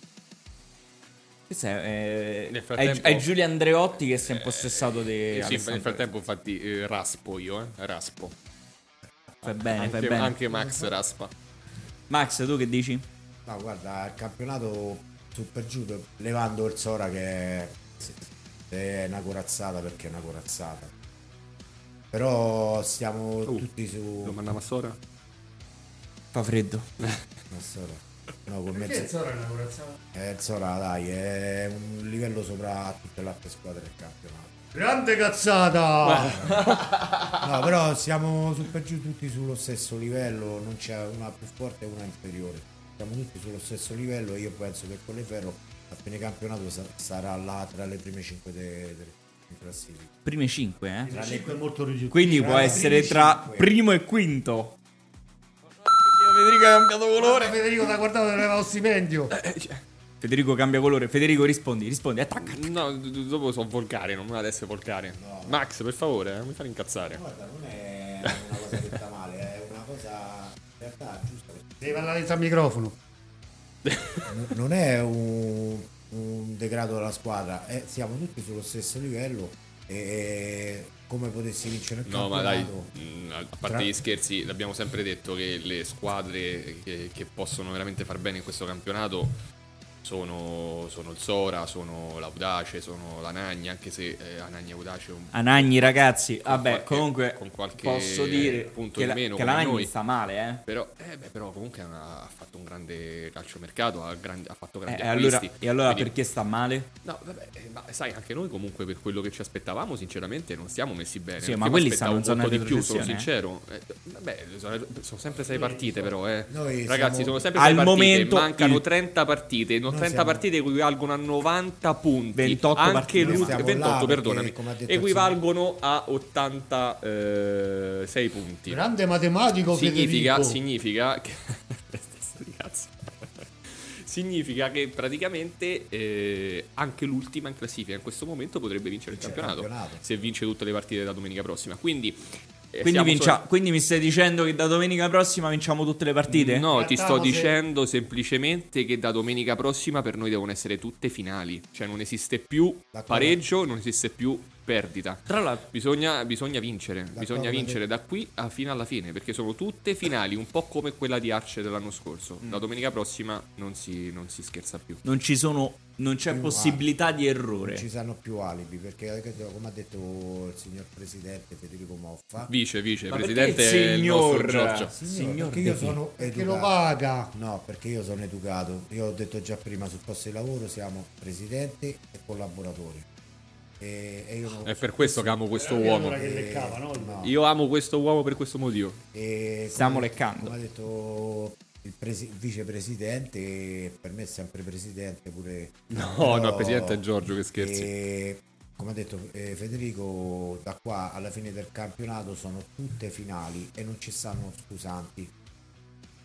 Questo è, Nel è, frattempo- è Giulio Andreotti che si è impossessato di Eh, sì, Alessandro. nel frattempo infatti eh, raspo io, eh, raspo. Fai bene, anche, Eh, fai bene. anche Max raspa. Max, tu che dici? No, guarda, il campionato su per giù, levando il Sora che è- è una corazzata perché è una corazzata. Però siamo Uh, tutti su... Domanda Massora? Fa *laughs* freddo. No, Sora. No, con Perché mezzo... Zora è una corazzata? Eh, il Sora, dai, è un livello sopra tutte le altre squadre del campionato. Grande cazzata! No, però siamo su per giù tutti sullo stesso livello, non c'è una più forte e una inferiore. Siamo tutti sullo stesso livello e io penso che Colleferro a fine campionato sa- sarà là tra le prime 5 in classifica. Prime 5, eh? Il 5 è molto rigido. Quindi Tra può le essere prime tra cinque. primo e quinto. Federico ha cambiato Allora Federico l'ha guardato aveva lo stipendio. Federico cambia colore. Federico rispondi, rispondi, attacca. No, d- d- dopo so volgare, non adesso è volgare. Max, per favore, eh, non mi fare incazzare. Guarda, non è una cosa detta male, è una *laughs* cosa in realtà giusta. Devi parlare senza microfono. N- Non è un, un degrado della squadra, è- siamo tutti sullo stesso livello e, e come potessi vincere il No, ma dai, campionato. mh, a parte Tra- gli scherzi, l'abbiamo sempre detto che le squadre che, che possono veramente far bene in questo campionato sono, sono il Sora, sono l'Audace, sono l'Anagna, anche se eh, Anagna e Audace è un Anagni, ragazzi. Vabbè, qualche- comunque con qualche posso dire punto che, in la, meno che come l'Anagni noi. sta male, eh. Però, eh, beh, però comunque è una- ha fatto un grande calciomercato, ha, gran- ha fatto grandi Eh, e allora, acquisti. e allora Quindi- perché sta male? No, vabbè, eh, ma sai, anche noi comunque per quello che ci aspettavamo, sinceramente non siamo messi bene. Sì, Perché ma mi quelli aspettavo stanno in molto zona di più, sono retrocessione, sincero. Eh, vabbè, sono, sono sempre sei partite però, eh. Noi Ragazzi, siamo- sono sempre Al sei partite, momento mancano il- 30 partite, no, 30 siamo- partite equivalgono a 90 punti. 28 anche partite. l'ultima- Siamo là 28, perché, perdonami. come ha detto Equivalgono a 86 punti. Grande matematico Significa, Federico. significa che... *laughs* Testa di cazzo. significa che praticamente eh, anche l'ultima in classifica in questo momento potrebbe vincere il Vince il campionato, campionato. se vince tutte le partite da domenica prossima. Quindi, eh, Quindi, siamo vincia- solo- quindi mi stai dicendo che da domenica prossima vinciamo tutte le partite? No, ti sto Guardiamo se- dicendo semplicemente che da domenica prossima per noi devono essere tutte finali, cioè non esiste più D'accordo. pareggio, non esiste più perdita. Tra l'altro, Bisogna, bisogna vincere, bisogna te. vincere da qui a fino alla fine, perché sono tutte finali, un po' come quella di Arce dell'anno scorso. Mm. La domenica prossima non si, non si scherza più. non ci sono. Non c'è Più possibilità di errore. Non ci saranno più alibi perché come ha detto il signor presidente Federico Ah. Moffa Vice, vice, Ma presidente perché il il nostro signor- Giorgio. Signor, Signor perché io De sono Perché educato. lo paga. No, perché io sono educato. Io ho detto già prima sul posto di lavoro siamo presidente e collaboratori. E, e io non- È per questo che amo questo Allora uomo. che leccava, no? No. Io amo questo uomo per questo motivo. E Stiamo come- leccando. Come ha detto il presi- vicepresidente, per me è sempre presidente pure. *laughs* No, no, il presidente è Giorgio, che scherzi. E, come ha detto eh, Federico, da qua alla fine del campionato sono tutte finali e non ci stanno scusanti.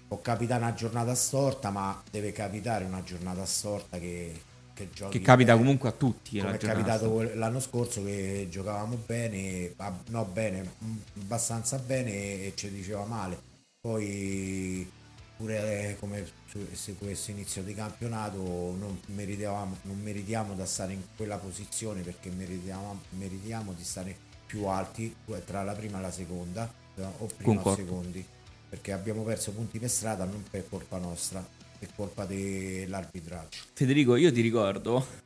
Può capitare una giornata storta, ma deve capitare una giornata storta che, che giochi Che capita bene. comunque a tutti. la Come è giornata. capitato l'anno scorso che giocavamo bene, ah, no bene, mm, abbastanza bene e ci diceva male. Poi pure eh, come su, su questo inizio di campionato non meritavamo- non meritiamo da stare in quella posizione perché meritiamo, meritiamo di stare più alti eh, tra la prima e la seconda eh, o prima o Concordo. secondi perché abbiamo perso punti per strada non per colpa nostra, per colpa dell'arbitraggio. Federico, io ti ricordo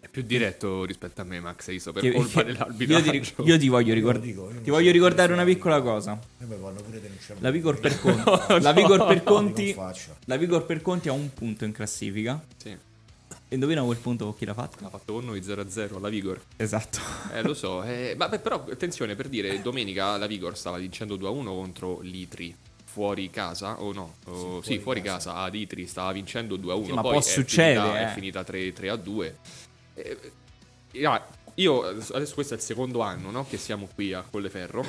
È più diretto rispetto a me, Max. Io so per che- colpa che- dell'arbitraggio. Io ti, io ti voglio, Io ricord- lo dico, io ti non voglio so ricordare se- una piccola cosa. E poi vanno pure denunciare La *laughs* Vigor per Non Conti, la Vigor per Conti, faccio. la Vigor per Conti ha un punto in classifica. Sì, E indovina quel punto con chi l'ha fatto? l'ha fatto con noi 0-0 alla Vigor. Esatto. Eh, lo so. eh, ma beh, però, attenzione, per dire, domenica la Vigor stava vincendo 2-1 contro l'Itri. Fuori casa, o no? O- sì, fuori, casa. ad Itri stava vincendo 2-1. Sì, ma poi può è succedere, finita- eh. È finita 3-2. Eh, io, adesso questo è il secondo anno, no? Che siamo qui a Colleferro.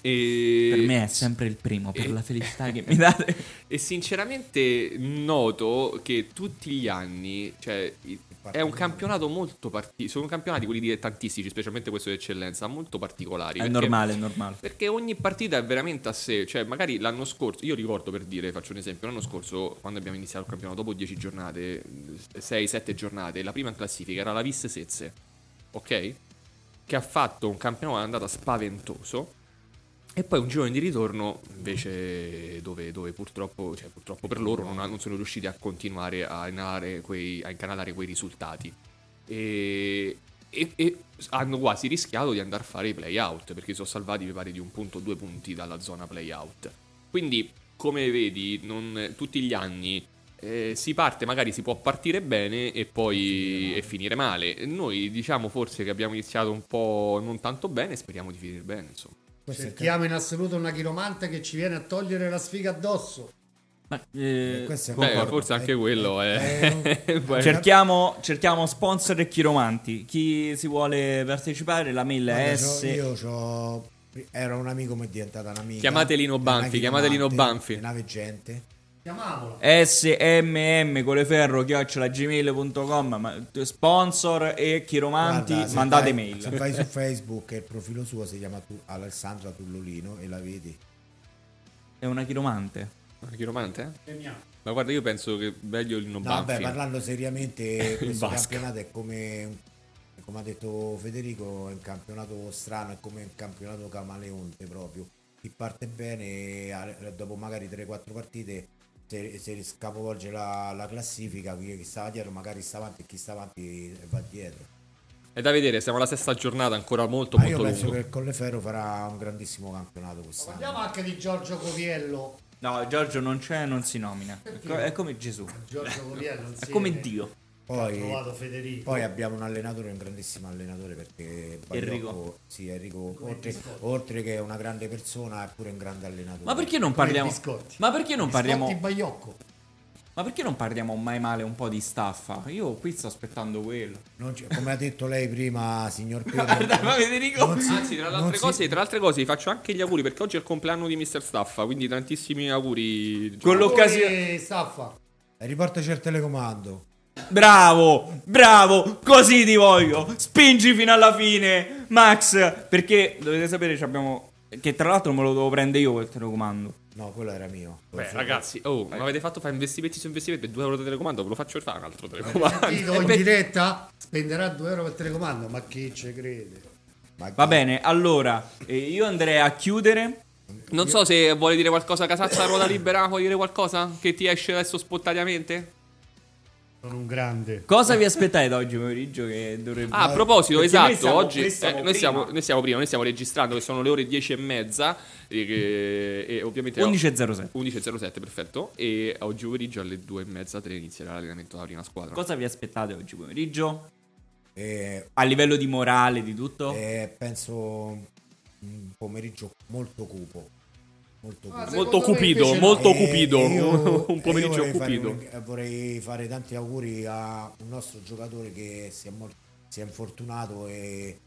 E... Per me è sempre il primo, per eh. la felicità che mi date. E sinceramente noto che tutti gli anni, cioè i- È un campionato molto particolare. Sono campionati quelli dilettantistici, specialmente questo di eccellenza, molto particolari. È perché- normale, è normale. Perché ogni partita è veramente a sé, cioè magari l'anno scorso, io ricordo per dire, faccio un esempio, l'anno scorso quando abbiamo iniziato il campionato, dopo 10 giornate, 6-7 giornate, la prima in classifica era la Visse Sezze, ok? Che ha fatto un campionato andata spaventoso. E poi un girone di ritorno invece dove, dove purtroppo, cioè, purtroppo per loro non, ha- non sono riusciti a continuare a inalare quei- a incanalare quei risultati e, e- e hanno quasi rischiato di andare a fare i play out perché si sono salvati mi pare di un punto o due punti dalla zona play out quindi come vedi non- tutti gli anni eh, si parte magari si può partire bene e poi e finire male noi diciamo forse che abbiamo iniziato un po' non tanto bene speriamo di finire bene insomma Questo è il Cerchiamo in assoluto una chiromante che ci viene a togliere la sfiga addosso. Ma, Eh, eh, questo è- Beh, concordo. forse anche quello *laughs* è, Eh, Beh, Cerchiamo, cerchiamo sponsor e chiromanti. Chi si vuole partecipare, la mail è Guarda, S. c'ho- Io c'ho- Era un amico, ma è diventata un'amica. Chiamate Lino È una Banfi, chiamate Lino chiromante, Banfi. è una veggente. Chiamiamola. smm coleferro chiocciola gmail.com ma- sponsor e chiromanti Guarda, se mandate vai- mail Se vai su Facebook, il profilo suo si chiama tu, Alessandra Tullolino e la vedi. è una chiromante Chiromante, eh? Chiamiamo. ma guarda io penso che meglio il non No, Banfi vabbè, parlando *laughs* seriamente, questo Vasco. campionato è come, come ha detto Federico, è un campionato strano, è come un campionato camaleonte proprio. Chi parte bene, a- dopo magari 3-4 partite, se, se scapovolge la, la classifica, chi chi stava dietro magari sta avanti e chi sta avanti va dietro. è da vedere siamo alla sesta giornata ancora molto Ma Ah, io molto penso lungo che il Colleferro farà un grandissimo campionato quest'anno. Parliamo anche di Giorgio Coviello. no Giorgio non c'è non si nomina è, co- è come Gesù è Giorgio Coviello *laughs* insieme. come Dio Ha Poi, trovato Federico. Poi abbiamo un allenatore, un grandissimo allenatore perché Enrico. sì, Enrico oltre, oltre che è una grande persona è pure un grande allenatore. ma perché non Come parliamo Biscotti. ma perché non Biscotti parliamo Baiocco. ma perché non parliamo mai male un po' di staffa io qui sto aspettando quello Non c'è- come ha detto lei *laughs* prima, signor Pedro, guarda ma Federico Non si- Anzi, tra le non altre, si- cose, tra le altre cose, vi faccio anche gli auguri perché oggi è il compleanno di Mr. Staffa, quindi tantissimi auguri. Con l'occasione Poi, Staffa. riportaci al telecomando. Bravo, bravo, così ti voglio. Spingi fino alla fine, Max. Perché dovete sapere, ci abbiamo. Che tra l'altro me lo devo prendere io quel telecomando. No, quello era mio. Beh, ragazzi, oh, ma avete fatto fare investimenti su investimenti 2 euro di telecomando, ve lo faccio fare un altro Eh, telecomando. Sentito in diretta spenderà 2 euro per telecomando. Ma chi ci crede? Ma Va chi- bene, allora eh, io andrei a chiudere. *laughs* Non so se vuole dire qualcosa Casazza a ruota libera, vuoi dire qualcosa che ti esce adesso spontaneamente? Sono un grande. Cosa vi aspettate da oggi pomeriggio? Che dovrebbe. Ah, a proposito, Perché noi esatto, siamo- oggi noi eh, siamo noi, siamo, prima. noi siamo prima, noi stiamo registrando che sono le ore 10 e mezza e, che- e ovviamente... 11.07. 11.07, perfetto. E oggi pomeriggio alle 2 e mezza 3 inizierà l'allenamento della prima squadra. Cosa vi aspettate oggi pomeriggio? Eh, A livello di morale, di tutto? eh, penso un pomeriggio molto cupo. Molto cupo. Molto Secondo me cupido, invece no. molto Eh, cupido, io- *laughs* un pomeriggio io vorrei cupido. Fare un- eh, vorrei fare tanti auguri a un nostro giocatore che si è, mol- si è infortunato e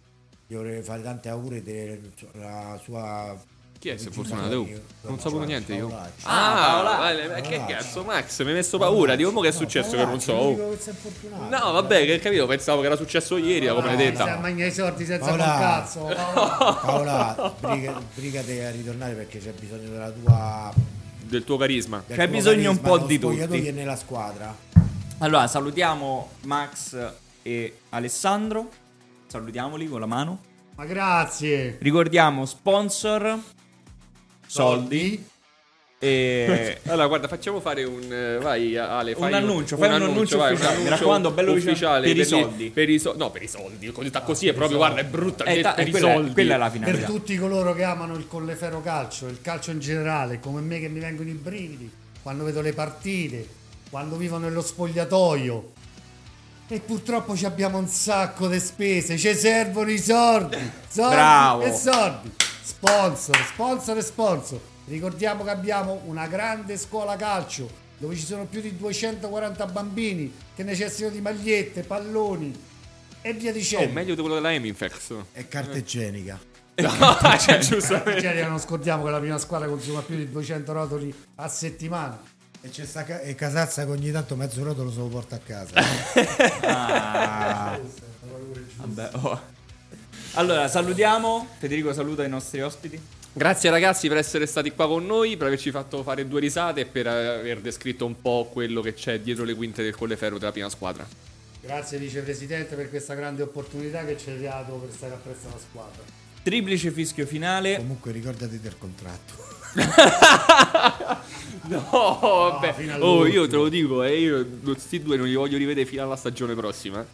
gli vorrei fare tanti auguri della sua... Chi è se Gigi fortunato? Paolacci. Non sapevo Paolacci, niente io. Paolacci. Ah, Paolacci. vale, ma che Paolacci. cazzo, Max, mi hai messo paura. Dico, mo che è successo che non so. Paolacci, oh. dico che si è infortunato. No, vabbè, che capito, pensavo che era successo ieri, la Ah, Siamo benedetta. magna i sordi senza un Paola. cazzo. Paola. Paola, briga- brigate a ritornare perché c'è bisogno della tua... Del tuo carisma. del C'è tuo bisogno un carisma po' nello di tutti. spogliatoio e nella squadra. Allora, salutiamo Max e Alessandro. Salutiamoli con la mano. Ma grazie. Ricordiamo sponsor, soldi *laughs* e... Eh, Allora, guarda, facciamo fare un. eh, Vai, Ale, Un fai annuncio, fai un annuncio vai, ufficiale, mi raccomando, bello ufficiale vicino, per i gli- soldi. Ah, Per i soldi. No, per i soldi. Così, sta così è proprio, guarda, è brutta. Eh, ta- per eh, i quella, soldi. quella è la Per finalità. tutti coloro che amano il collefero calcio, il calcio in generale, come me che mi vengono i brividi quando vedo le partite, quando vivo nello spogliatoio. E purtroppo ci abbiamo un sacco di spese, ci servono i soldi, soldi Bravo. e soldi. Sponsor, sponsor e sponsor. Ricordiamo che abbiamo una grande scuola calcio dove ci sono più di 240 bambini che necessitano di magliette, palloni e via Oh, dicendo. meglio di quello della Eminfex. È carta igienica. *laughs* Cioè, giustamente. *laughs* Nigeria non scordiamo che la prima squadra consuma più di 200 rotoli a settimana. E c'è sta ca- e Casazza che ogni tanto mezzo rotolo se lo porta a casa. Ah. Vabbè, oh. Allora, salutiamo. Federico saluta i nostri ospiti. Grazie ragazzi per essere stati qua con noi, per averci fatto fare due risate e per aver descritto un po' quello che c'è dietro le quinte del Colleferro della prima squadra. *laughs* Grazie vicepresidente per questa grande opportunità che ci hai dato per stare appresso alla squadra. Triplice fischio finale. Comunque ricordati del contratto. No, vabbè. fino oh, all'ultimo. io te lo dico, eh, io questi due non li voglio rivedere fino alla stagione prossima.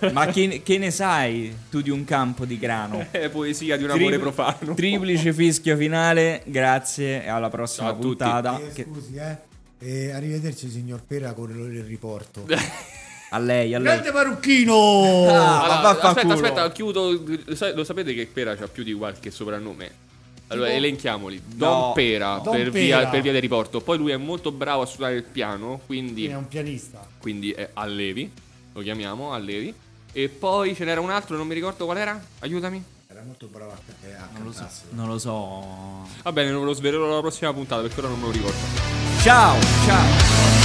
eh. Ma che, ne- che ne sai tu di un campo di grano? *laughs* È poesia di un Tripl- amore profano. *laughs* Triplice fischio finale. Grazie e alla prossima Ciao a tutti. puntata. Eh, Ah, Che- Scusi, eh. E arrivederci signor Pera con il riporto. a lei, a lei. Grande Parrucchino! *laughs* Ah, Allora, ma aspetta, vaffanculo. aspetta, chiudo. Lo sa- lo sapete che Pera c'ha più di qualche soprannome? Allora, elenchiamoli. Don No. Pera, Don per, Via, Pera. per via del riporto. Poi lui è molto bravo a suonare il piano, quindi, È un pianista. quindi è Allevi. Lo chiamiamo Allevi. E poi ce n'era un altro, non mi ricordo qual era. Aiutami. Era molto bravo a, eh, a Non lo so. cantarselo. Non lo so. Va bene, ve lo svelerò la prossima puntata perché ora non me lo ricordo. Ciao, ciao.